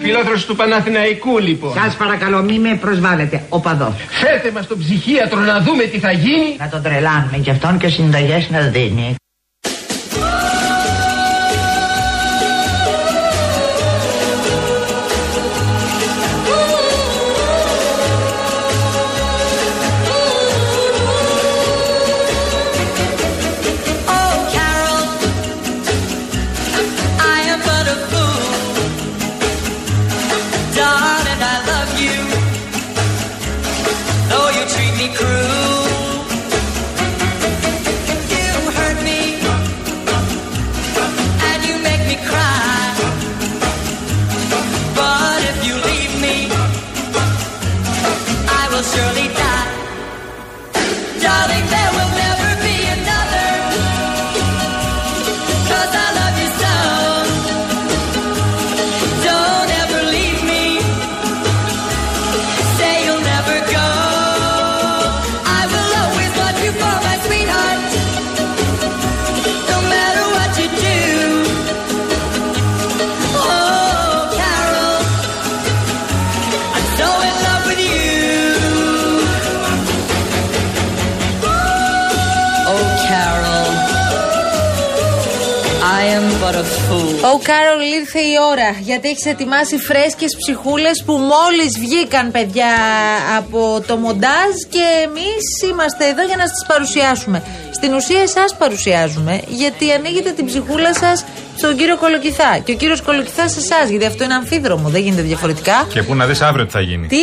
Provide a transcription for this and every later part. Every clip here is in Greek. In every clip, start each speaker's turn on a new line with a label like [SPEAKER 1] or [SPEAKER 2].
[SPEAKER 1] Φιλόθρος του Παναθηναϊκού λοιπόν.
[SPEAKER 2] Σας παρακαλώ, μη με προσβάλλετε. Ο παδός.
[SPEAKER 1] Φέρτε μας τον ψυχίατρο να δούμε τι θα γίνει.
[SPEAKER 2] Να τον τρελάνουμε και αυτόν και συνταγές να δίνει.
[SPEAKER 3] Oh, Carol, I am but a fool. Darling, I love you. Though you treat me cruel, you hurt me and you make me cry. But if you leave me, I will surely die. Darling, there will never be another. Cause I love you so Don't ever leave me Say you'll never go I will always love you for my sweetheart No matter what you do Oh Carol I'm so in love with you Oh Carol I am but a fool
[SPEAKER 4] Ο Κάρολ ήρθε η ώρα γιατί έχεις ετοιμάσει φρέσκες ψυχούλες που μόλις βγήκαν, παιδιά, από το μοντάζ και εμείς είμαστε εδώ για να σας τι παρουσιάσουμε. Στην ουσία, εσάς παρουσιάζουμε γιατί ανοίγετε την ψυχούλα σας στον κύριο Κολοκυθά. Και ο κύριος Κολοκυθάς σε εσάς, γιατί αυτό είναι αμφίδρομο, δεν γίνεται διαφορετικά.
[SPEAKER 5] Και πού να δεις αύριο τι θα γίνει.
[SPEAKER 4] Τι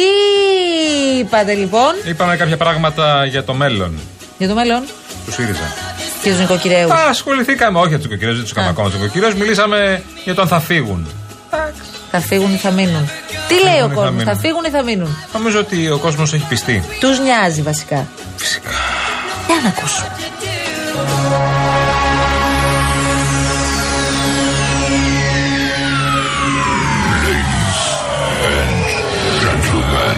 [SPEAKER 4] είπατε λοιπόν
[SPEAKER 5] Είπαμε κάποια πράγματα για το μέλλον
[SPEAKER 4] για το μέλλον,
[SPEAKER 5] του ΣΥΡΙΖΑ.
[SPEAKER 4] κύριος Νοικοκυρέου.
[SPEAKER 5] Α, ασχοληθήκαμε, όχι για του κοκκυρέου, δεν τους κάναμε ακόμα τους κοκκυρέου. Μιλήσαμε για το αν θα φύγουν.
[SPEAKER 4] Θα φύγουν ή θα μείνουν. Τι λέει ο
[SPEAKER 5] ή θα
[SPEAKER 4] κόσμος, θα
[SPEAKER 5] μείνουν.
[SPEAKER 4] φύγουν ή θα μείνουν.
[SPEAKER 5] Νομίζω ότι ο κόσμος έχει πιστεί.
[SPEAKER 4] Τους νοιάζει βασικά. Φυσικά. Για να ακούσω.
[SPEAKER 6] Gentlemen,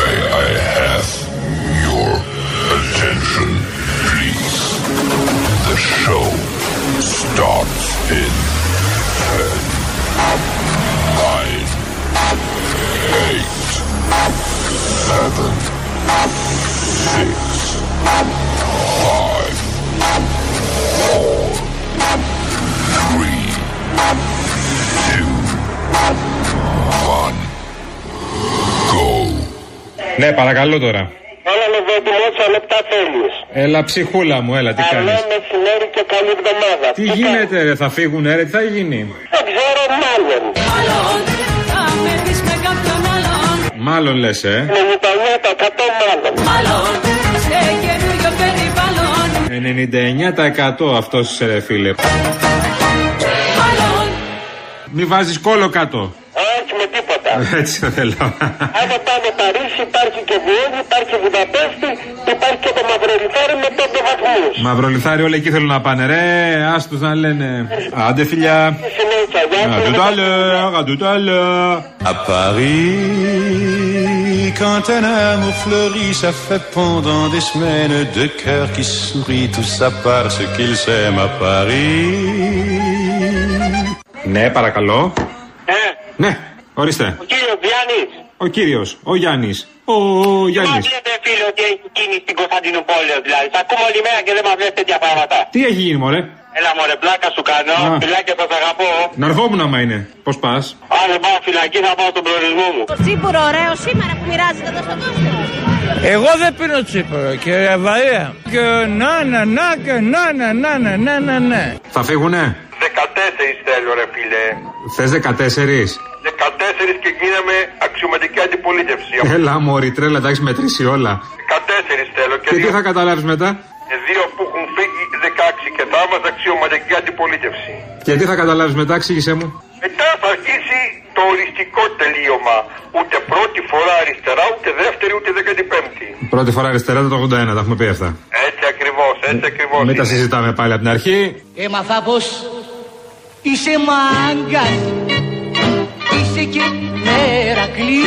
[SPEAKER 6] may I have your attention, please? The show starts in 10, 9, 8, 7, 6, 5, 4, 3, 2, 1. Go.
[SPEAKER 5] Ναι, παρακαλώ τώρα.
[SPEAKER 7] Έλα Λεβέντη μου, όσα λεπτά θέλεις.
[SPEAKER 5] Έλα, ψυχούλα μου, έλα, τι κάνει.
[SPEAKER 7] Καλό μεσημέρι και καλή εβδομάδα.
[SPEAKER 5] Τι
[SPEAKER 7] Κοίτα,
[SPEAKER 5] γίνεται, ρε, θα φύγουν, ε, ρε, τι θα γίνει.
[SPEAKER 7] Δεν ξέρω μάλλον.
[SPEAKER 3] Μάλλον θα με βρεις με κάποιον άλλον
[SPEAKER 5] Μάλλον λες, ε.
[SPEAKER 7] 99% μάλλον.
[SPEAKER 3] Μάλλον σε καινούριο περιβάλλον
[SPEAKER 5] 99% αυτό είσαι, ρε, ε, φίλε.
[SPEAKER 3] Μάλλον
[SPEAKER 5] Μη βάζεις κόλλο κάτω.
[SPEAKER 7] Όχι με τίποτα.
[SPEAKER 5] Έτσι δεν θέλω.
[SPEAKER 7] Άμα πάμε Παρίσι, υπάρχει και Βιέννη, υπάρχει Βουδαπέστη, υπάρχει και το Μαυρολιθάρι με 5 βαθμούς.
[SPEAKER 5] Μαυρολιθάρι, όλοι εκεί θέλουν να πάνε. Ρε, άστου να λένε. Άντε, φιλιά.
[SPEAKER 7] Και συνέχεια, γεια
[SPEAKER 5] À tout à l'heure, à tout à l'heure.
[SPEAKER 8] À Paris, quand un amour fleurit, ça fait pendant des semaines deux cœurs qui sourient, tout ça parce qu'ils s'aiment à Paris.
[SPEAKER 5] Ναι, παρακαλώ.
[SPEAKER 7] Ε,
[SPEAKER 5] Ναι, ορίστε.
[SPEAKER 7] ο κύριος Διάννης.
[SPEAKER 5] Ο κύριος, ο Γιάννης. Ο, ο
[SPEAKER 7] Μα
[SPEAKER 5] Γιάννη.
[SPEAKER 7] λέτε φίλε ότι έχει γίνει στην Κωνσταντινούπολη δηλαδή. Σ' ακούμε όλη μέρα και δεν μας λες τέτοια πράγματα.
[SPEAKER 5] Τι έχει γίνει, μωρέ.
[SPEAKER 7] Έλα μωρέ πλάκα σου κάνω,
[SPEAKER 5] Α.
[SPEAKER 7] φιλάκια θα σ' αγαπώ.
[SPEAKER 5] Να ερχόμουν άμα είναι. Πώς πας.
[SPEAKER 7] Αν δεν πάω φυλακή θα πάω στον προορισμό μου.
[SPEAKER 9] Τσίπουρο ωραίο σήμερα που μοιράζεται εδώ στο κόσμο.
[SPEAKER 10] Εγώ δεν πίνω τσίπουρο, κύριε Βαρία. Και να, να, να, και να, να, να, να, να, να, να.
[SPEAKER 5] Θα φύγουνε.
[SPEAKER 7] 14 θέλω ρε φίλε.
[SPEAKER 5] Θες 14.
[SPEAKER 7] 14 και γίναμε αξιωματική αντιπολίτευση.
[SPEAKER 5] Έλα, μωρή, τρέλα, τα έχεις μετρήσει όλα.
[SPEAKER 7] 14 θέλω και
[SPEAKER 5] Και Ε, τι
[SPEAKER 7] δύο,
[SPEAKER 5] θα καταλάβεις μετά.
[SPEAKER 7] και δύο που έχουν φύγει 16 και θα είμαστε αξιωματική αντιπολίτευση.
[SPEAKER 5] Και τι θα καταλάβεις μετά, εξήγησέ μου.
[SPEAKER 7] Μετά θα αρχίσει το οριστικό τελείωμα. Ούτε πρώτη φορά αριστερά, ούτε δεύτερη, ούτε 15η.
[SPEAKER 5] Πρώτη φορά αριστερά το 81, τα έχουμε πει αυτά.
[SPEAKER 7] Έτσι ακριβώς, έτσι ακριβώς.
[SPEAKER 5] Μην Ε, τα
[SPEAKER 7] είναι.
[SPEAKER 5] συζητάμε πάλι από την αρχή.
[SPEAKER 9] Έμαθα πω είσαι μάγκας. Είσαι και μερακλή.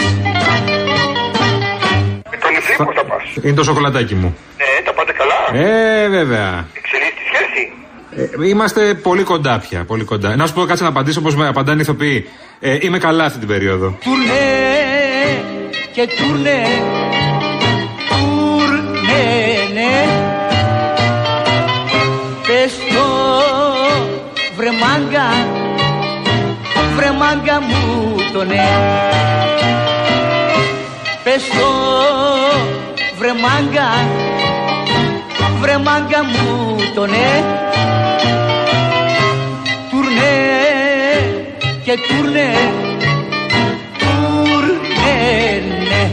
[SPEAKER 7] Με τον Ιφρύπο θα πας.
[SPEAKER 5] Είναι το σοκολατάκι μου.
[SPEAKER 7] Ναι, τα πάτε καλά.
[SPEAKER 5] Ε, βέβαια.
[SPEAKER 7] Εξελίσσει τη σχέση.
[SPEAKER 5] Ε, είμαστε πολύ κοντά πια. Πολύ κοντά. Να σου πω, κάτσε να απαντήσω όπως με απαντάνε οι ηθοποιοί. Ε, είμαι καλά αυτή την περίοδο.
[SPEAKER 9] Τουρνέ και τουρνέ. Τουρνέ, ναι. Πες το βρε μάγκα, βρε μάγκα μου το ναι. Πες το βρε μάγκα, βρε μάγκα μου το ναι. Τουρνέ και τουρνέ, τουρνέ, ναι.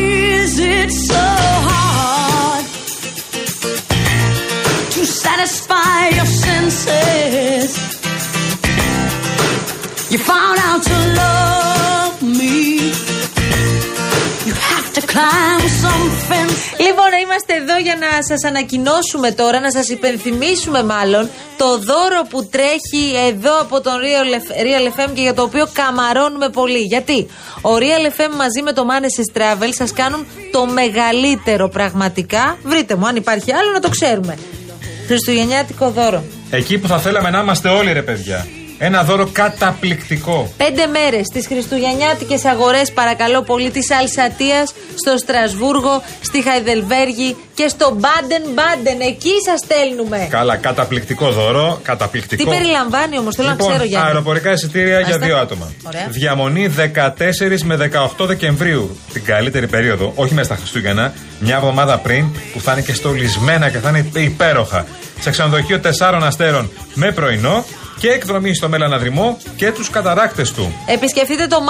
[SPEAKER 3] Is it so hard to satisfy your senses? You found out to love me. You have to climb some fence.
[SPEAKER 4] Λοιπόν, είμαστε εδώ για να σας ανακοινώσουμε τώρα, να σας υπενθυμίσουμε μάλλον το δώρο που τρέχει εδώ από τον Real, F- Real FM και για το οποίο καμαρώνουμε πολύ. Γιατί ο Real FM μαζί με το Manesis Travel σας κάνουν το μεγαλύτερο πραγματικά. Βρείτε μου, αν υπάρχει άλλο να το ξέρουμε. Χριστουγεννιάτικο δώρο.
[SPEAKER 5] Εκεί που θα θέλαμε να είμαστε όλοι, ρε παιδιά. Ένα δώρο καταπληκτικό.
[SPEAKER 4] Πέντε μέρες στις Χριστουγεννιάτικες αγορές, παρακαλώ πολύ, της Αλσατίας, στο Στρασβούργο, στη Χαϊδελβέργη και στο Μπάντεν Μπάντεν. Εκεί σας στέλνουμε.
[SPEAKER 5] Καλά, καταπληκτικό δώρο. Καταπληκτικό.
[SPEAKER 4] Τι περιλαμβάνει όμως, θέλω
[SPEAKER 5] λοιπόν,
[SPEAKER 4] να ξέρω Γιάννη.
[SPEAKER 5] αεροπορικά εισιτήρια για
[SPEAKER 4] Μάλιστα.
[SPEAKER 5] δύο άτομα.
[SPEAKER 4] Ωραία.
[SPEAKER 5] Διαμονή 14 με 18 Δεκεμβρίου. Την καλύτερη περίοδο, όχι μέσα στα Χριστούγεννα, μια εβδομάδα πριν που θα είναι και στολισμένα και θα είναι υπέροχα. Σε ξενοδοχείο 4 αστέρων με πρωινό και εκδρομή στο Μελαναδρυμό και τους καταράκτε του.
[SPEAKER 4] Επισκεφτείτε το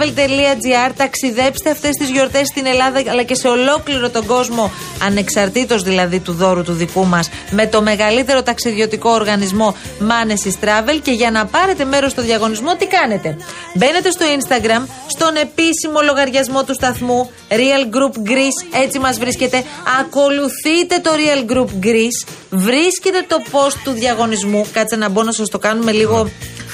[SPEAKER 4] manesistravel.gr, ταξιδέψτε αυτές τις γιορτές στην Ελλάδα αλλά και σε ολόκληρο τον κόσμο, ανεξαρτήτως δηλαδή του δώρου του δικού μας, με το μεγαλύτερο ταξιδιωτικό οργανισμό Manesis Travel και για να πάρετε μέρος στο διαγωνισμό τι κάνετε. Μπαίνετε στο Instagram, στον επίσημο λογαριασμό του σταθμού Real Group Greece, έτσι μας βρίσκεται, ακολουθείτε το Real Group Greece, βρίσκετε το post του διαγωνισμού, κάτσε να μπω να σας το κάνουμε λίγο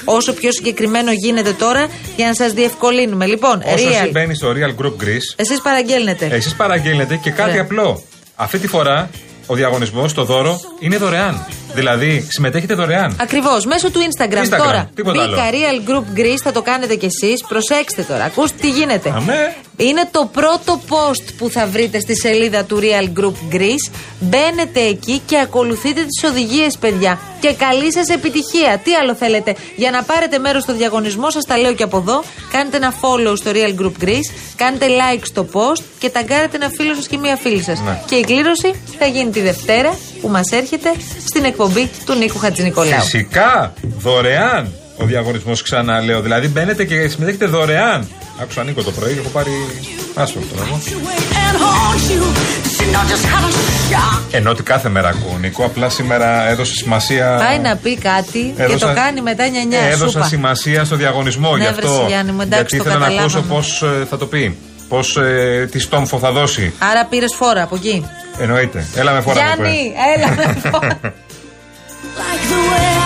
[SPEAKER 4] όσο πιο συγκεκριμένο γίνεται τώρα για να σας διευκολύνουμε. Λοιπόν,
[SPEAKER 5] Όσο εσύ
[SPEAKER 4] real.
[SPEAKER 5] μπαίνει στο Real Group Greece,
[SPEAKER 4] Εσείς παραγγέλνετε.
[SPEAKER 5] εσείς παραγγέλνετε και κάτι
[SPEAKER 4] Ωραία.
[SPEAKER 5] απλό. Αυτή τη φορά ο διαγωνισμός, το δώρο, είναι δωρεάν. Δηλαδή, συμμετέχετε δωρεάν.
[SPEAKER 4] Ακριβώς, μέσω του Instagram,
[SPEAKER 5] Instagram,
[SPEAKER 4] τώρα.
[SPEAKER 5] τίποτα άλλο.
[SPEAKER 4] Real Group Greece, θα το κάνετε κι εσείς. Προσέξτε τώρα, ακούστε τι γίνεται.
[SPEAKER 5] Αμέ.
[SPEAKER 4] Είναι το πρώτο post που θα βρείτε στη σελίδα του Real Group Greece. Μπαίνετε εκεί και ακολουθείτε τις οδηγίες, παιδιά. Και καλή σας επιτυχία. Τι άλλο θέλετε. Για να πάρετε μέρος στο διαγωνισμό, σας τα λέω και από εδώ. Κάντε ένα follow στο Real Group Greece. Κάντε like στο post και ταγκάρετε ένα φίλο σας και μία φίλη σας.
[SPEAKER 5] Ναι.
[SPEAKER 4] Και η κλήρωση θα γίνει τη Δευτέρα που μας έρχεται στην εκπομπή του Νίκου Χατζηνικολάου.
[SPEAKER 5] Φυσικά, δωρεάν ο διαγωνισμός, ξαναλέω. Δηλαδή, μπαίνετε και συμμετέχετε δωρεάν. Άκουσα Νίκο το πρωί, έχω πάρει. Άσχο το νόμο.
[SPEAKER 3] and haunt you. Did you know just how to shock?
[SPEAKER 5] Ενώ ότι κάθε μέρα ακούω Νίκο, απλά σήμερα έδωσε σημασία.
[SPEAKER 4] Πάει να πει κάτι και
[SPEAKER 5] Έδωσα-
[SPEAKER 4] το κάνει μετά νιανιά.
[SPEAKER 5] Ε, Έδωσα
[SPEAKER 4] σούπα.
[SPEAKER 5] σημασία στο διαγωνισμό
[SPEAKER 4] Ναι,
[SPEAKER 5] γι'
[SPEAKER 4] βρε,
[SPEAKER 5] αυτό.
[SPEAKER 4] Γιάννη μου, εντάξει, το
[SPEAKER 5] γιατί ήθελα να ακούσω
[SPEAKER 4] καταλάβαμε.
[SPEAKER 5] πώ θα το πει. Πώς ε, τι στόμφο θα δώσει.
[SPEAKER 4] Άρα πήρες φόρα από εκεί.
[SPEAKER 5] Εννοείται. Έλα με φορά. μου
[SPEAKER 4] Γιάννη,
[SPEAKER 5] είπε.
[SPEAKER 4] έλα με φόρα.
[SPEAKER 3] Like the way I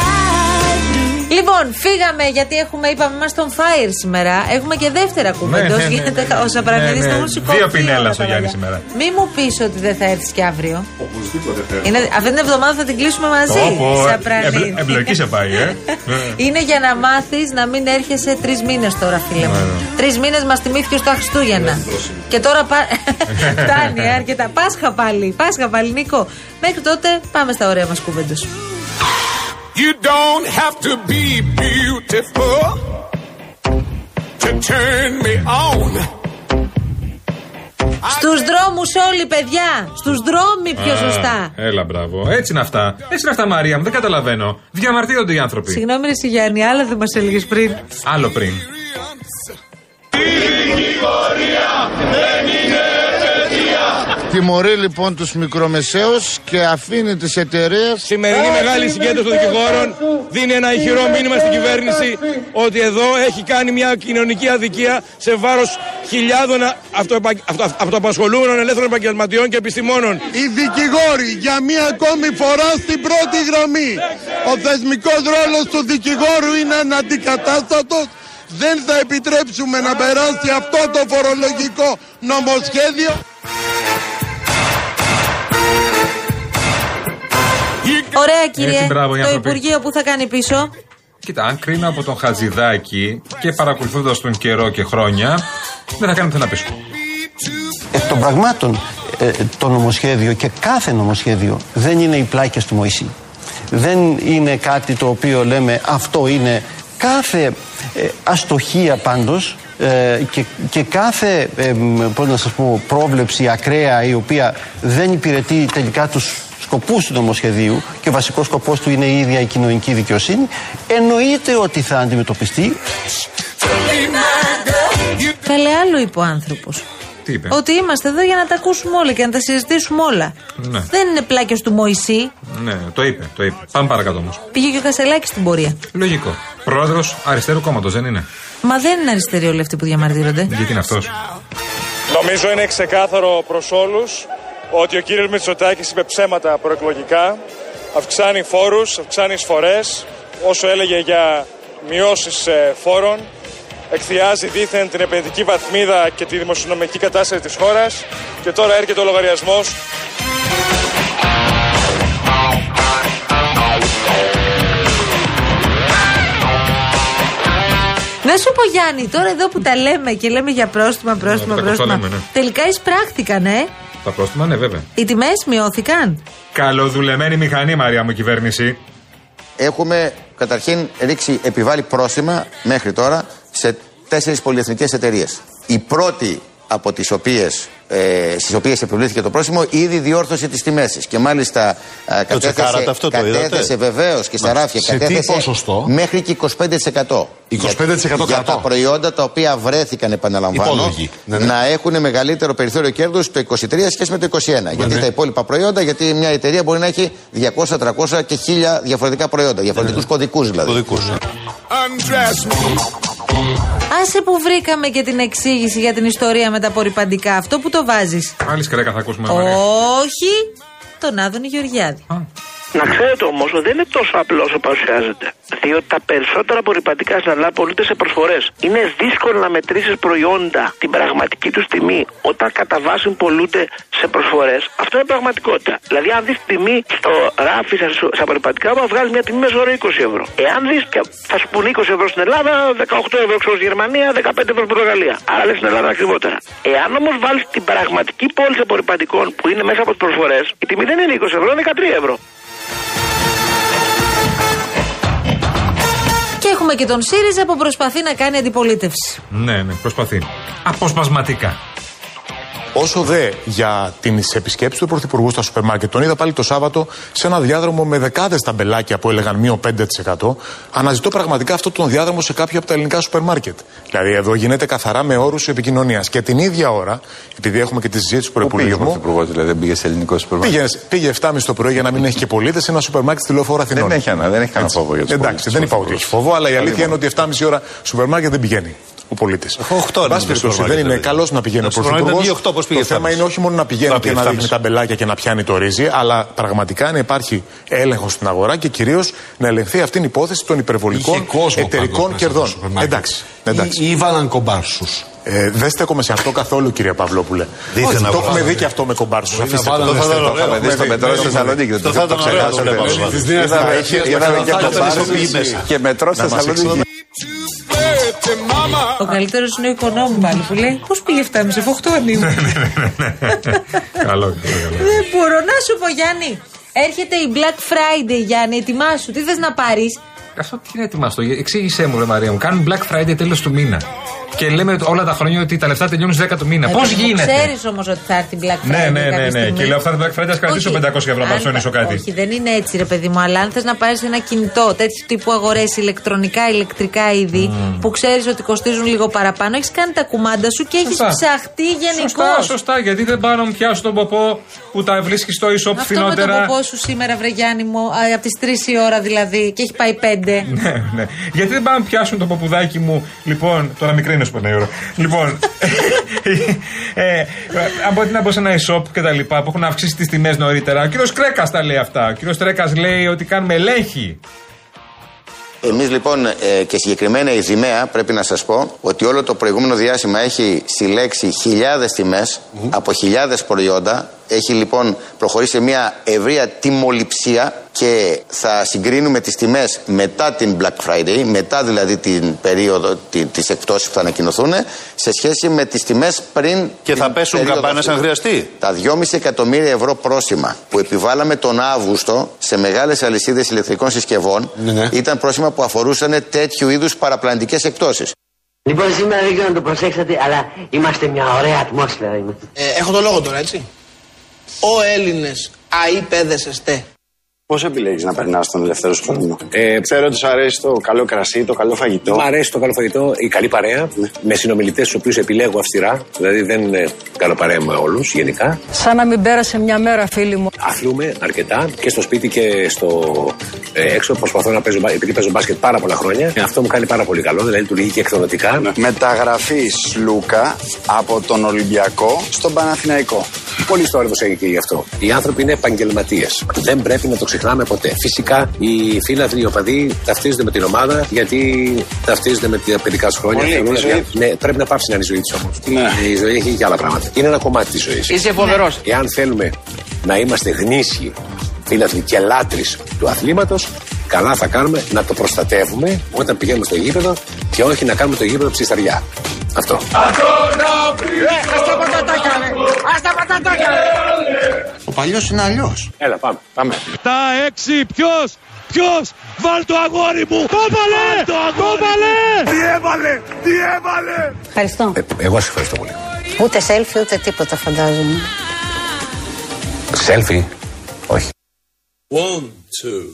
[SPEAKER 3] do.
[SPEAKER 4] Λοιπόν, φύγαμε γιατί έχουμε, είπαμε, είμαστε on fire σήμερα. Έχουμε και δεύτερα
[SPEAKER 5] Ναι,
[SPEAKER 4] κουβέντο.
[SPEAKER 5] ναι, ναι,
[SPEAKER 4] Γίνεται
[SPEAKER 5] ναι, ναι.
[SPEAKER 4] χαός. Απραγματευτείς,
[SPEAKER 5] Ναι, ναι.
[SPEAKER 4] τα έχουν σηκωθεί
[SPEAKER 5] Δύο
[SPEAKER 4] όλα
[SPEAKER 5] πινέλα
[SPEAKER 4] τα
[SPEAKER 5] στο Γιάννη
[SPEAKER 4] βράδια.
[SPEAKER 5] σήμερα.
[SPEAKER 4] Μη μου πεις ότι δεν θα έρθεις και αύριο.
[SPEAKER 5] Οπωσδήποτε θέλω.
[SPEAKER 4] Είναι, αυτή την εβδομάδα θα την κλείσουμε μαζί.
[SPEAKER 5] Όπου, ε,
[SPEAKER 4] Σαπρανίδη.
[SPEAKER 5] εμπλε- Εμπλοκή σε πάει, ε. Ναι.
[SPEAKER 4] Είναι για να μάθεις να μην έρχεσαι τρεις μήνες τώρα, φίλε
[SPEAKER 5] Ναι,
[SPEAKER 4] μου. Τρεις μήνες μας τιμήθηκε στα Χριστούγεννα. Και τώρα πά... φτάνει ε, αρκετά. Πάσχα πάλι, Πάσχα πάλι, Νίκο. Μέχρι τότε πάμε στα ωραία μας κούβεντο.
[SPEAKER 11] You don't have to be beautiful to turn me on.
[SPEAKER 4] Στους δρόμους όλοι, παιδιά! Στους δρόμοι πιο
[SPEAKER 5] Α,
[SPEAKER 4] σωστά.
[SPEAKER 5] Έλα, μπράβο. Έτσι είναι αυτά. Έτσι είναι αυτά, Μαρία μου. Δεν καταλαβαίνω. Διαμαρτύρονται οι άνθρωποι.
[SPEAKER 4] Συγγνώμη, ρε Σιγιάννη, άλλα δεν μας έλεγες πριν.
[SPEAKER 5] Άλλο πριν.
[SPEAKER 6] Τι
[SPEAKER 12] τιμωρεί λοιπόν τους μικρομεσαίους και αφήνει τις εταιρείες...
[SPEAKER 13] Σημερινή μεγάλη συγκέντρωση των δικηγόρων δίνει ένα ηχηρό μήνυμα στην κυβέρνηση ότι εδώ έχει κάνει μια κοινωνική αδικία σε βάρος χιλιάδων αυτοεπα- αυτο- αυτοαπασχολούμενων ελεύθερων επαγγελματιών και επιστημόνων.
[SPEAKER 14] Οι δικηγόροι για μία ακόμη φορά στην πρώτη γραμμή. Ο θεσμικός ρόλος του δικηγόρου είναι αναντικατάστατος. Δεν θα επιτρέψουμε να περάσει αυτό το φορολογικό νομοσχέδιο.
[SPEAKER 4] Ωραία κύριε,
[SPEAKER 5] Έτσι, μπράβο, οι
[SPEAKER 4] το
[SPEAKER 5] άνθρωποι.
[SPEAKER 4] Υπουργείο που θα κάνει πίσω.
[SPEAKER 5] Κοίτα, αν κρίνω από τον Χατζηδάκη και παρακολουθώντας τον καιρό και χρόνια, δεν θα κάνει πουθενά πίσω.
[SPEAKER 15] Εκ των πραγμάτων ε, το νομοσχέδιο και κάθε νομοσχέδιο δεν είναι οι πλάκες του Μωυσή. Δεν είναι κάτι το οποίο λέμε αυτό είναι. Κάθε ε, αστοχία πάντως ε, και, και κάθε ε, μ, πώς να σας πω, πρόβλεψη ακραία η οποία δεν υπηρετεί τελικά τους σκοπούς του νομοσχεδίου και ο βασικός σκοπός του είναι η ίδια η κοινωνική δικαιοσύνη εννοείται ότι θα αντιμετωπιστεί
[SPEAKER 4] Καλέ άλλο είπε ο άνθρωπος.
[SPEAKER 5] Τι είπε.
[SPEAKER 4] Ότι είμαστε εδώ για να τα ακούσουμε όλα και να τα συζητήσουμε όλα.
[SPEAKER 5] Ναι.
[SPEAKER 4] Δεν είναι πλάκε του Μωυσή.
[SPEAKER 5] Ναι, το είπε, το είπε. Πάμε παρακάτω όμως.
[SPEAKER 4] Πήγε και ο Κασελάκης στην πορεία.
[SPEAKER 5] Λογικό. Πρόεδρος αριστερού κόμματος, δεν είναι.
[SPEAKER 4] Μα δεν είναι αριστεροί όλοι αυτοί που διαμαρτύρονται.
[SPEAKER 5] Γιατί είναι αυτός.
[SPEAKER 16] Νομίζω είναι ξεκάθαρο προς όλους ότι ο κύριος Μητσοτάκης είπε ψέματα προεκλογικά. Αυξάνει φόρους, αυξάνει εισφορές. Όσο έλεγε για μειώσεις φόρων, εκθιάζει δήθεν την επενδυτική βαθμίδα και τη δημοσιονομική κατάσταση της χώρας. Και τώρα έρχεται ο λογαριασμός.
[SPEAKER 4] Να σου πω Γιάννη, τώρα εδώ που τα λέμε και λέμε για πρόστιμα, πρόστιμα,
[SPEAKER 5] Ναι, τα
[SPEAKER 4] πρόστιμα.
[SPEAKER 5] κοστόλαμε, ναι.
[SPEAKER 4] Τελικά εισπράχτηκαν, ε.
[SPEAKER 5] Τα πρόστιμα, ναι, βέβαια.
[SPEAKER 4] Οι τιμές μειώθηκαν.
[SPEAKER 5] Καλοδουλεμένη μηχανή, Μαρία μου, κυβέρνηση.
[SPEAKER 17] Έχουμε καταρχήν ρίξει επιβάλλει πρόστιμα μέχρι τώρα σε τέσσερις πολυεθνικές εταιρείες. Η πρώτη από τις οποίες, ε, στις οποίες επιβλήθηκε το πρόστιμο ήδη διόρθωσε τις τιμές της και μάλιστα ε,
[SPEAKER 18] τσεκάρατε αυτό, το
[SPEAKER 17] κατέθεσε
[SPEAKER 18] είδατε?
[SPEAKER 17] βεβαίως και στα
[SPEAKER 18] Ναι.
[SPEAKER 17] ράφια
[SPEAKER 18] Σε τι
[SPEAKER 17] κατέθεσε
[SPEAKER 18] ποσοστό?
[SPEAKER 17] μέχρι και 25%
[SPEAKER 18] 25%
[SPEAKER 17] για, για
[SPEAKER 18] κρατώ.
[SPEAKER 17] τα προϊόντα τα οποία βρέθηκαν επαναλαμβάνω
[SPEAKER 18] Υπόλογοι. Ναι, ναι.
[SPEAKER 17] να έχουν μεγαλύτερο περιθώριο κέρδους το 23 σχέση με το 21 γιατί
[SPEAKER 18] ναι.
[SPEAKER 17] τα υπόλοιπα προϊόντα γιατί μια εταιρεία μπορεί να έχει 200, 300 και 1000 διαφορετικά προϊόντα διαφορετικούς
[SPEAKER 19] Ναι.
[SPEAKER 17] κωδικούς δηλαδή
[SPEAKER 11] Undress me.
[SPEAKER 4] Άσε που βρήκαμε και την εξήγηση για την ιστορία με τα πορυπαντικά. Αυτό που το βάζεις.
[SPEAKER 5] Άλλη κρέκα θα ακούσουμε, Μαρία.
[SPEAKER 4] Όχι, τον Άδωνη Γεωργιάδη.
[SPEAKER 20] Να ξέρετε όμως ότι δεν είναι τόσο απλός όσο παρουσιάζεται. Διότι τα περισσότερα απορριπαντικά στην Ελλάδα πωλούνται σε προσφορές. Είναι δύσκολο να μετρήσεις προϊόντα την πραγματική τους τιμή όταν κατά βάση πωλούνται σε προσφορές. Αυτό είναι πραγματικότητα. Δηλαδή, αν δεις τιμή στο ράφι στα σου- στα απορριπαντικά, μα βγάζει μια τιμή μέσω όρο 20 ευρώ. Εάν δεις και θα σου πούνε 20 ευρώ στην Ελλάδα, 18 ευρώ ξέρω στη Γερμανία, 15 ευρώ στην Πορτογαλία. Άρα λες στην Ελλάδα είναι ακριβότερα. Εάν όμως βάλεις την πραγματική πώληση απορριπαντικών που είναι μέσα από τις προσφορές, η τιμή δεν είναι 20 ευρώ, είναι 13 ευρώ.
[SPEAKER 4] Και έχουμε και τον ΣΥΡΙΖΑ που προσπαθεί να κάνει αντιπολίτευση.
[SPEAKER 5] Ναι, ναι, προσπαθεί. Αποσπασματικά.
[SPEAKER 18] Όσο δε για τι επισκέψει του Πρωθυπουργού στα σούπερ μάρκετ, τον είδα πάλι το Σάββατο σε ένα διάδρομο με δεκάδες ταμπελάκια που έλεγαν μείον 5%. Αναζητώ πραγματικά αυτόν τον διάδρομο σε κάποιο από τα ελληνικά σούπερ μάρκετ. Δηλαδή εδώ γίνεται καθαρά με όρους επικοινωνίας. Και την ίδια ώρα, επειδή έχουμε και τη συζήτηση του προπολογισμού.
[SPEAKER 21] Πρωθυπουργός, δηλαδή δεν πήγε σε ελληνικό σούπερ μάρκετ.
[SPEAKER 18] Πήγε, πήγε 7.30 το πρωί για να μην έχει και πολίτες σε ένα σούπερ μάρκετ στη λεωφόρα Αθηνών.
[SPEAKER 21] Δεν έχει ανα- δεν έχει κανένα
[SPEAKER 18] Έτσι.
[SPEAKER 21] φόβο για τους
[SPEAKER 18] Εντάξει,
[SPEAKER 21] πολίτες,
[SPEAKER 18] δεν
[SPEAKER 21] ο
[SPEAKER 18] είπα ότι έχει φόβο, αλλά η αλήθεια είναι ότι 7.30 ώρα σούπερ μάρκετ δεν πηγαίνει ο πολίτης.
[SPEAKER 21] οκτώ είναι
[SPEAKER 18] Εν πάση
[SPEAKER 21] το
[SPEAKER 18] περιπτώσει,
[SPEAKER 21] σούπερ
[SPEAKER 18] δεν είναι
[SPEAKER 21] μάρκετ,
[SPEAKER 18] καλός να πηγαίνει ο
[SPEAKER 21] Το σούπερ μάρκετ
[SPEAKER 18] πρωθυπουργός.
[SPEAKER 21] ήταν δύο οκτώ, πώς πήγε
[SPEAKER 18] Το θέμα
[SPEAKER 21] 7.30.
[SPEAKER 18] είναι όχι μόνο να πηγαίνει
[SPEAKER 21] Να
[SPEAKER 18] και
[SPEAKER 21] πήγε
[SPEAKER 18] να
[SPEAKER 21] 7.30.
[SPEAKER 18] δείχνει τα μπελάκια και να πιάνει το ρύζι, αλλά πραγματικά να υπάρχει έλεγχος στην αγορά και κυρίως να ελεγχθεί αυτήν η υπόθεση των υπερβολικών εταιρικών κερδών. Εντάξει. εντάξει.
[SPEAKER 22] Ή, ή βάλαν κομπάρσους.
[SPEAKER 18] Ε, δεν στέκομαι σε αυτό καθόλου, κυρία Παυλόπουλε.
[SPEAKER 22] Δίθεν
[SPEAKER 18] Όχι,
[SPEAKER 22] να
[SPEAKER 18] το
[SPEAKER 22] βάλανε.
[SPEAKER 18] έχουμε δει και αυτό με κομπάρσους.
[SPEAKER 22] Μπορεί να
[SPEAKER 18] Αφήστε
[SPEAKER 22] βάλανε
[SPEAKER 18] το.
[SPEAKER 22] στο-
[SPEAKER 18] το
[SPEAKER 22] το είχαμε
[SPEAKER 18] έχουμε
[SPEAKER 22] δει στο
[SPEAKER 18] δει,
[SPEAKER 21] μετρό
[SPEAKER 18] ναι,
[SPEAKER 21] στη
[SPEAKER 18] ναι, ναι.
[SPEAKER 21] Θεσσαλονίκη, δεν
[SPEAKER 18] Το
[SPEAKER 21] το
[SPEAKER 18] θα ήταν ωραίο να
[SPEAKER 21] ξεχάσαμε.
[SPEAKER 18] βλέπαμε.
[SPEAKER 21] Είδαμε-
[SPEAKER 18] Της Νέας
[SPEAKER 21] είδαμε-
[SPEAKER 18] Δημοκρατίας,
[SPEAKER 21] είδαμε
[SPEAKER 18] να
[SPEAKER 21] και
[SPEAKER 18] βάλετε
[SPEAKER 21] κομπάρσους
[SPEAKER 18] ηθοποιοί μέσα.
[SPEAKER 21] και μετρό στη
[SPEAKER 18] Να μας
[SPEAKER 21] Θεσσαλονίκη.
[SPEAKER 4] Ο καλύτερος είναι ο οικονόμου πάλι που λέει Πώς πήγε 7,5 αφού 8 ανοίγουν.
[SPEAKER 5] Καλό, καλό, καλό.
[SPEAKER 4] Δεν μπορώ να σου πω, Γιάννη. Έρχεται η Black Friday, Γιάννη, ετοιμάσου. Τι θες να πάρεις.
[SPEAKER 22] Αυτό τι είναι ετοιμαστό. Εξήγησέ μου, ρε Μαρία μου. Κάνουν Black Friday τέλος του μήνα. Και λέμε όλα τα χρόνια ότι τα λεφτά τελειώνουν στις 10 του
[SPEAKER 4] Ε,
[SPEAKER 22] μήνα. Πώ γίνεται.
[SPEAKER 4] Ξέρεις όμως ότι θα έρθει η Black Friday.
[SPEAKER 5] Ναι, ναι, ναι,
[SPEAKER 4] κάποια
[SPEAKER 5] ναι.
[SPEAKER 4] στιγμή.
[SPEAKER 5] Και λέω αυτά τα Black Friday, ας κρατήσω
[SPEAKER 4] Όχι.
[SPEAKER 5] 500 ευρώ να
[SPEAKER 4] Αν-
[SPEAKER 5] παρσονίσω
[SPEAKER 4] Όχι,
[SPEAKER 5] κάτι.
[SPEAKER 4] δεν είναι έτσι, ρε παιδί μου. Αλλά αν θες να πάρεις ένα κινητό τέτοιου τύπου αγορές, ηλεκτρονικά, ηλεκτρικά είδη, που ξέρεις ότι κοστίζουν λίγο παραπάνω, έχεις κάνει τα κουμάντα σου και έχεις
[SPEAKER 22] Σωστά.
[SPEAKER 4] ψαχτεί γενικώς.
[SPEAKER 22] Σωστά, σωστά, γιατί δεν πάω να μου πιάσω τον ποπό που τα βρίσκει στο e-shop
[SPEAKER 4] Αυτό με τον
[SPEAKER 22] φθηνότερα.
[SPEAKER 4] ποπό σου σήμερα, βρε Γιάννη μου, α, από τις 3 η ώρα δηλαδή, και έχει πάει 5.
[SPEAKER 5] Ναι, ναι. Γιατί δεν πάμε να πιάσουν το ποπουδάκι μου. Λοιπόν, τώρα μικρή σου περνάει η ώρα. Λοιπόν, ε, ε, αν μπορείτε να μπω σε ένα e-shop και τα λοιπά που έχουν αυξήσει τις τιμές νωρίτερα. Ο κύριος Κρέκας τα λέει αυτά. Ο κύριος Τρέκας λέει ότι κάνουμε ελέγχη.
[SPEAKER 17] Εμείς λοιπόν ε, και συγκεκριμένα η Δημαία πρέπει να σας πω ότι όλο το προηγούμενο διάστημα έχει συλλέξει χιλιάδες από χιλιάδες προϊόντα. Έχει λοιπόν προχωρήσει σε μια ευρεία τιμοληψία και θα συγκρίνουμε τις τιμές μετά την Black Friday, μετά δηλαδή την περίοδο τη- τις εκπτώσεις που θα ανακοινωθούν, σε σχέση με τις τιμές πριν
[SPEAKER 10] Και θα
[SPEAKER 17] την
[SPEAKER 10] πέσουν
[SPEAKER 17] περίοδο
[SPEAKER 10] καμπάνες
[SPEAKER 17] αυτή.
[SPEAKER 10] αν χρειαστεί.
[SPEAKER 17] Τα 2,5 εκατομμύρια ευρώ πρόσημα που επιβάλαμε τον Αύγουστο σε μεγάλες αλυσίδες ηλεκτρικών συσκευών
[SPEAKER 18] Ναι,
[SPEAKER 17] ήταν πρόσημα που αφορούσαν τέτοιου είδους παραπλανητικές εκτόσει.
[SPEAKER 23] Λοιπόν, σήμερα δεν ξέρω να το προσέξατε, αλλά είμαστε μια ωραία ατμόσφαιρα. Είμαστε.
[SPEAKER 21] Ε,
[SPEAKER 24] έχω το λόγο τώρα, έτσι. Ο Έλληνες αήπεδε εστέ.
[SPEAKER 19] Πώς επιλέγεις να περνάς τον ελεύθερο σου χρόνο, ε, Ξέρω ότι σου αρέσει το καλό κρασί, το καλό φαγητό.
[SPEAKER 25] Μ' αρέσει το καλό φαγητό, η καλή παρέα, με συνομιλητές του οποίους επιλέγω αυστηρά. Δηλαδή δεν ε, κάνω παρέα με όλους γενικά.
[SPEAKER 26] Σαν να μην πέρασε μια μέρα, φίλοι μου.
[SPEAKER 25] Αθλούμε αρκετά και στο σπίτι και στο ε, έξω. Προσπαθώ να παίζω, μπα- επειδή παίζω μπάσκετ πάρα πολλά χρόνια. Ε, Αυτό μου κάνει πάρα πολύ καλό, δηλαδή λειτουργεί και εκδοτικά.
[SPEAKER 19] Μεταγραφής Λούκα από τον Ολυμπιακό στον Παναθηναϊκό.
[SPEAKER 25] Πολύ θόρυβο έγινε και γι' αυτό. Οι άνθρωποι είναι επαγγελματίες. Δεν πρέπει να το ξεχνάμε ποτέ. Φυσικά οι φίλαθλοι, οι οπαδοί ταυτίζονται με την ομάδα γιατί ταυτίζονται με τα παιδικά σου χρόνια.
[SPEAKER 19] Πολύ,
[SPEAKER 25] Θεωρούν
[SPEAKER 19] η
[SPEAKER 25] ότι-
[SPEAKER 19] ζωή Ναι.
[SPEAKER 25] ναι, πρέπει να πάψει να είναι η ζωή του όμω. Η ζωή έχει και άλλα πράγματα. Είναι ένα κομμάτι της ζωής.
[SPEAKER 19] Είσαι φοβερός.
[SPEAKER 25] Εάν θέλουμε να είμαστε γνήσιοι φίλαθλοι και λάτρε του αθλήματος, καλά θα κάνουμε να το προστατεύουμε όταν πηγαίνουμε στο γήπεδο και όχι να κάνουμε το γήπεδο ψισταριά. Αυτό.
[SPEAKER 3] Hasta patataca, hasta patataca.
[SPEAKER 19] Ο παλιός είναι αλλιώς.
[SPEAKER 25] Έλα, πάμε. πάμε.
[SPEAKER 27] Τα έξι, ποιος, ποιος, βάλ το αγόρι μου! Το έβαλε! Το έβαλε! Τι έβαλε! Τι έβαλε!
[SPEAKER 28] Ευχαριστώ.
[SPEAKER 25] Ε,
[SPEAKER 26] Ε,
[SPEAKER 25] Εγώ σε ευχαριστώ πολύ.
[SPEAKER 28] Ούτε selfie ούτε τίποτα φαντάζομαι.
[SPEAKER 25] Selfie. Όχι.
[SPEAKER 29] One, two.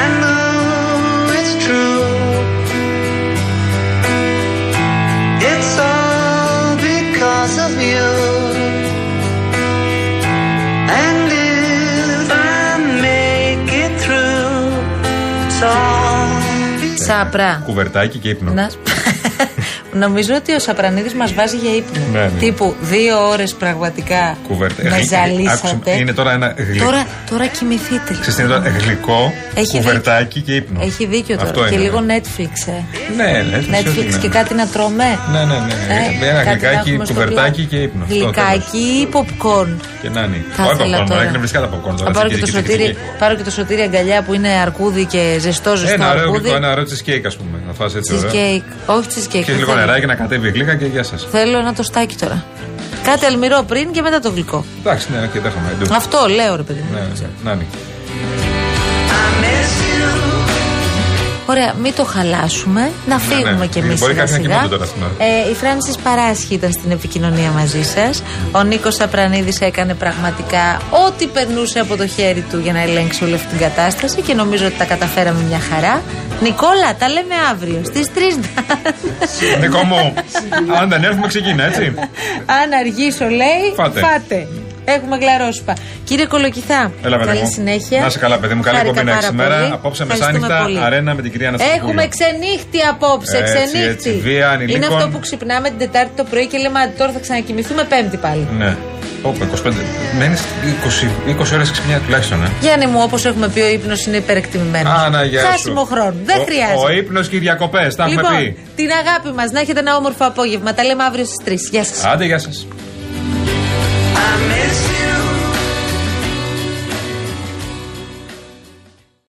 [SPEAKER 3] I know it's true. It's all because of you. And if I make it through, it's all
[SPEAKER 4] Σαπρά.
[SPEAKER 5] Κουβερτάκι και ύπνο.
[SPEAKER 4] Να σ- Νομίζω ότι ο Σαπρανίδης μας βάζει για ύπνο.
[SPEAKER 5] Ναι, ναι.
[SPEAKER 4] Τύπου δύο ώρες πραγματικά
[SPEAKER 5] Κουβερτα...
[SPEAKER 4] με
[SPEAKER 5] γλυ-
[SPEAKER 4] ζαλίσατε.
[SPEAKER 5] Ε, άκουσε- Είναι τώρα ένα γλυκό.
[SPEAKER 4] Τώρα, τώρα κοιμηθείτε.
[SPEAKER 5] Ξέρεις τι είναι τώρα, γλυκό,
[SPEAKER 4] Έχει
[SPEAKER 5] κουβερτάκι και ύπνο.
[SPEAKER 4] Έχει δίκιο τώρα.
[SPEAKER 5] Αυτό
[SPEAKER 4] και
[SPEAKER 5] είναι.
[SPEAKER 4] λίγο Netflix. Ε.
[SPEAKER 5] Ναι, ναι, Netflix,
[SPEAKER 4] Netflix
[SPEAKER 5] ναι.
[SPEAKER 4] και κάτι να τρώμε.
[SPEAKER 5] Ναι, ναι, ναι.
[SPEAKER 4] Ε,
[SPEAKER 5] ένα
[SPEAKER 4] κάτι να
[SPEAKER 5] γλυκάκι,
[SPEAKER 4] έχουμε στο
[SPEAKER 5] κουβερτάκι
[SPEAKER 4] πλάι.
[SPEAKER 5] και ύπνο. Αυτό, τέλος.
[SPEAKER 4] Γλυκάκι ή popcorn.
[SPEAKER 5] Και να είναι.
[SPEAKER 4] Θα
[SPEAKER 5] Όχι
[SPEAKER 4] ήθελα
[SPEAKER 5] popcorn,
[SPEAKER 4] τώρα.
[SPEAKER 5] τώρα είναι βρισκά τα popcorn.
[SPEAKER 4] Θα
[SPEAKER 5] τώρα,
[SPEAKER 4] πάρω και,
[SPEAKER 5] τσικυρίκι,
[SPEAKER 4] το σωτήρι,
[SPEAKER 5] τσικυρίκι.
[SPEAKER 4] πάρω και το σωτήρι αγκαλιά που είναι αρκούδι και ζεστό ζεστό
[SPEAKER 5] Ένα ωραίο
[SPEAKER 4] αρκούδι.
[SPEAKER 5] γλυκό, ένα ωραίο cheesecake ας πούμε. Να φας έτσι ωραίο.
[SPEAKER 4] Cheesecake. Όχι cheesecake.
[SPEAKER 5] Και
[SPEAKER 4] δεν
[SPEAKER 5] λίγο
[SPEAKER 4] θέλω.
[SPEAKER 5] νεράκι να κατέβει η γλύκα και γεια σας.
[SPEAKER 4] Θέλω ένα τοστάκι τώρα. Κάτι αλμυρό πριν και μετά το γλυκό.
[SPEAKER 5] Εντάξει, ναι, και δέχομαι. εντάξει.
[SPEAKER 4] Αυτό λέω ρε παιδί μου.
[SPEAKER 5] Ναι, ναι, να είναι.
[SPEAKER 4] Ωραία, μην το χαλάσουμε, να φύγουμε
[SPEAKER 5] ναι.
[SPEAKER 4] κι εμείς. σιγά
[SPEAKER 5] Μπορεί κάποιοι να
[SPEAKER 4] σιγά.
[SPEAKER 5] κοιμούνται τώρα στην ώρα.
[SPEAKER 4] Ε, η Φράνσις Παράσχη ήταν στην επικοινωνία μαζί σας. Ο Νίκος Σαπρανίδης έκανε πραγματικά ό,τι περνούσε από το χέρι του για να ελέγξει όλη αυτή την κατάσταση και νομίζω ότι τα καταφέραμε μια χαρά. Νικόλα, τα λέμε αύριο στις 3.
[SPEAKER 5] Νίκο μου, αν δεν έρθουμε ξεκίνα, έτσι.
[SPEAKER 4] Αν αργήσω, λέει,
[SPEAKER 5] Φάτε.
[SPEAKER 4] Έχουμε γλαρόσπα. Κύριε Κολοκυθά,
[SPEAKER 5] Έλα, παιδί
[SPEAKER 4] καλή
[SPEAKER 5] μου.
[SPEAKER 4] συνέχεια.
[SPEAKER 5] Να είσαι καλά, παιδί μου. Καλή
[SPEAKER 4] Χάρηκα
[SPEAKER 5] εκπομπή να έχεις
[SPEAKER 4] πάρα
[SPEAKER 5] σήμερα.
[SPEAKER 4] πολύ.
[SPEAKER 5] Απόψε
[SPEAKER 4] Ευχαριστούμε
[SPEAKER 5] μεσάνυχτα,
[SPEAKER 4] πολύ.
[SPEAKER 5] αρένα με την κυρία Αναστασίου.
[SPEAKER 4] Έχουμε ξενύχτη απόψε,
[SPEAKER 5] Έτσι,
[SPEAKER 4] ξενύχτη.
[SPEAKER 5] έτσι, βία ανηλίκων.
[SPEAKER 4] Είναι αυτό που ξυπνάμε την Τετάρτη το πρωί και λέμε «Α, τώρα θα ξανακοιμηθούμε Πέμπτη πάλι.
[SPEAKER 5] Ναι. Όπα, 25. Μένεις 20, 20 ώρες ξυπνιά τουλάχιστον, ε.
[SPEAKER 4] Γιάννη μου, όπως έχουμε πει, ο ύπνος είναι υπερεκτιμημένος.
[SPEAKER 5] Άνα, γεια σου.
[SPEAKER 4] Χάσιμο χρόνο. Δεν
[SPEAKER 5] Ο-
[SPEAKER 4] χρειάζεται.
[SPEAKER 5] Ο ύπνος και οι διακοπές, τα έχουμε
[SPEAKER 4] λοιπόν,
[SPEAKER 5] πει.
[SPEAKER 4] την αγάπη μας, να έχετε ένα όμορφο απόγευμα. Τα λέμε αύριο στις 3. Γεια σας.
[SPEAKER 5] Άντε, γεια σας.
[SPEAKER 3] I miss you.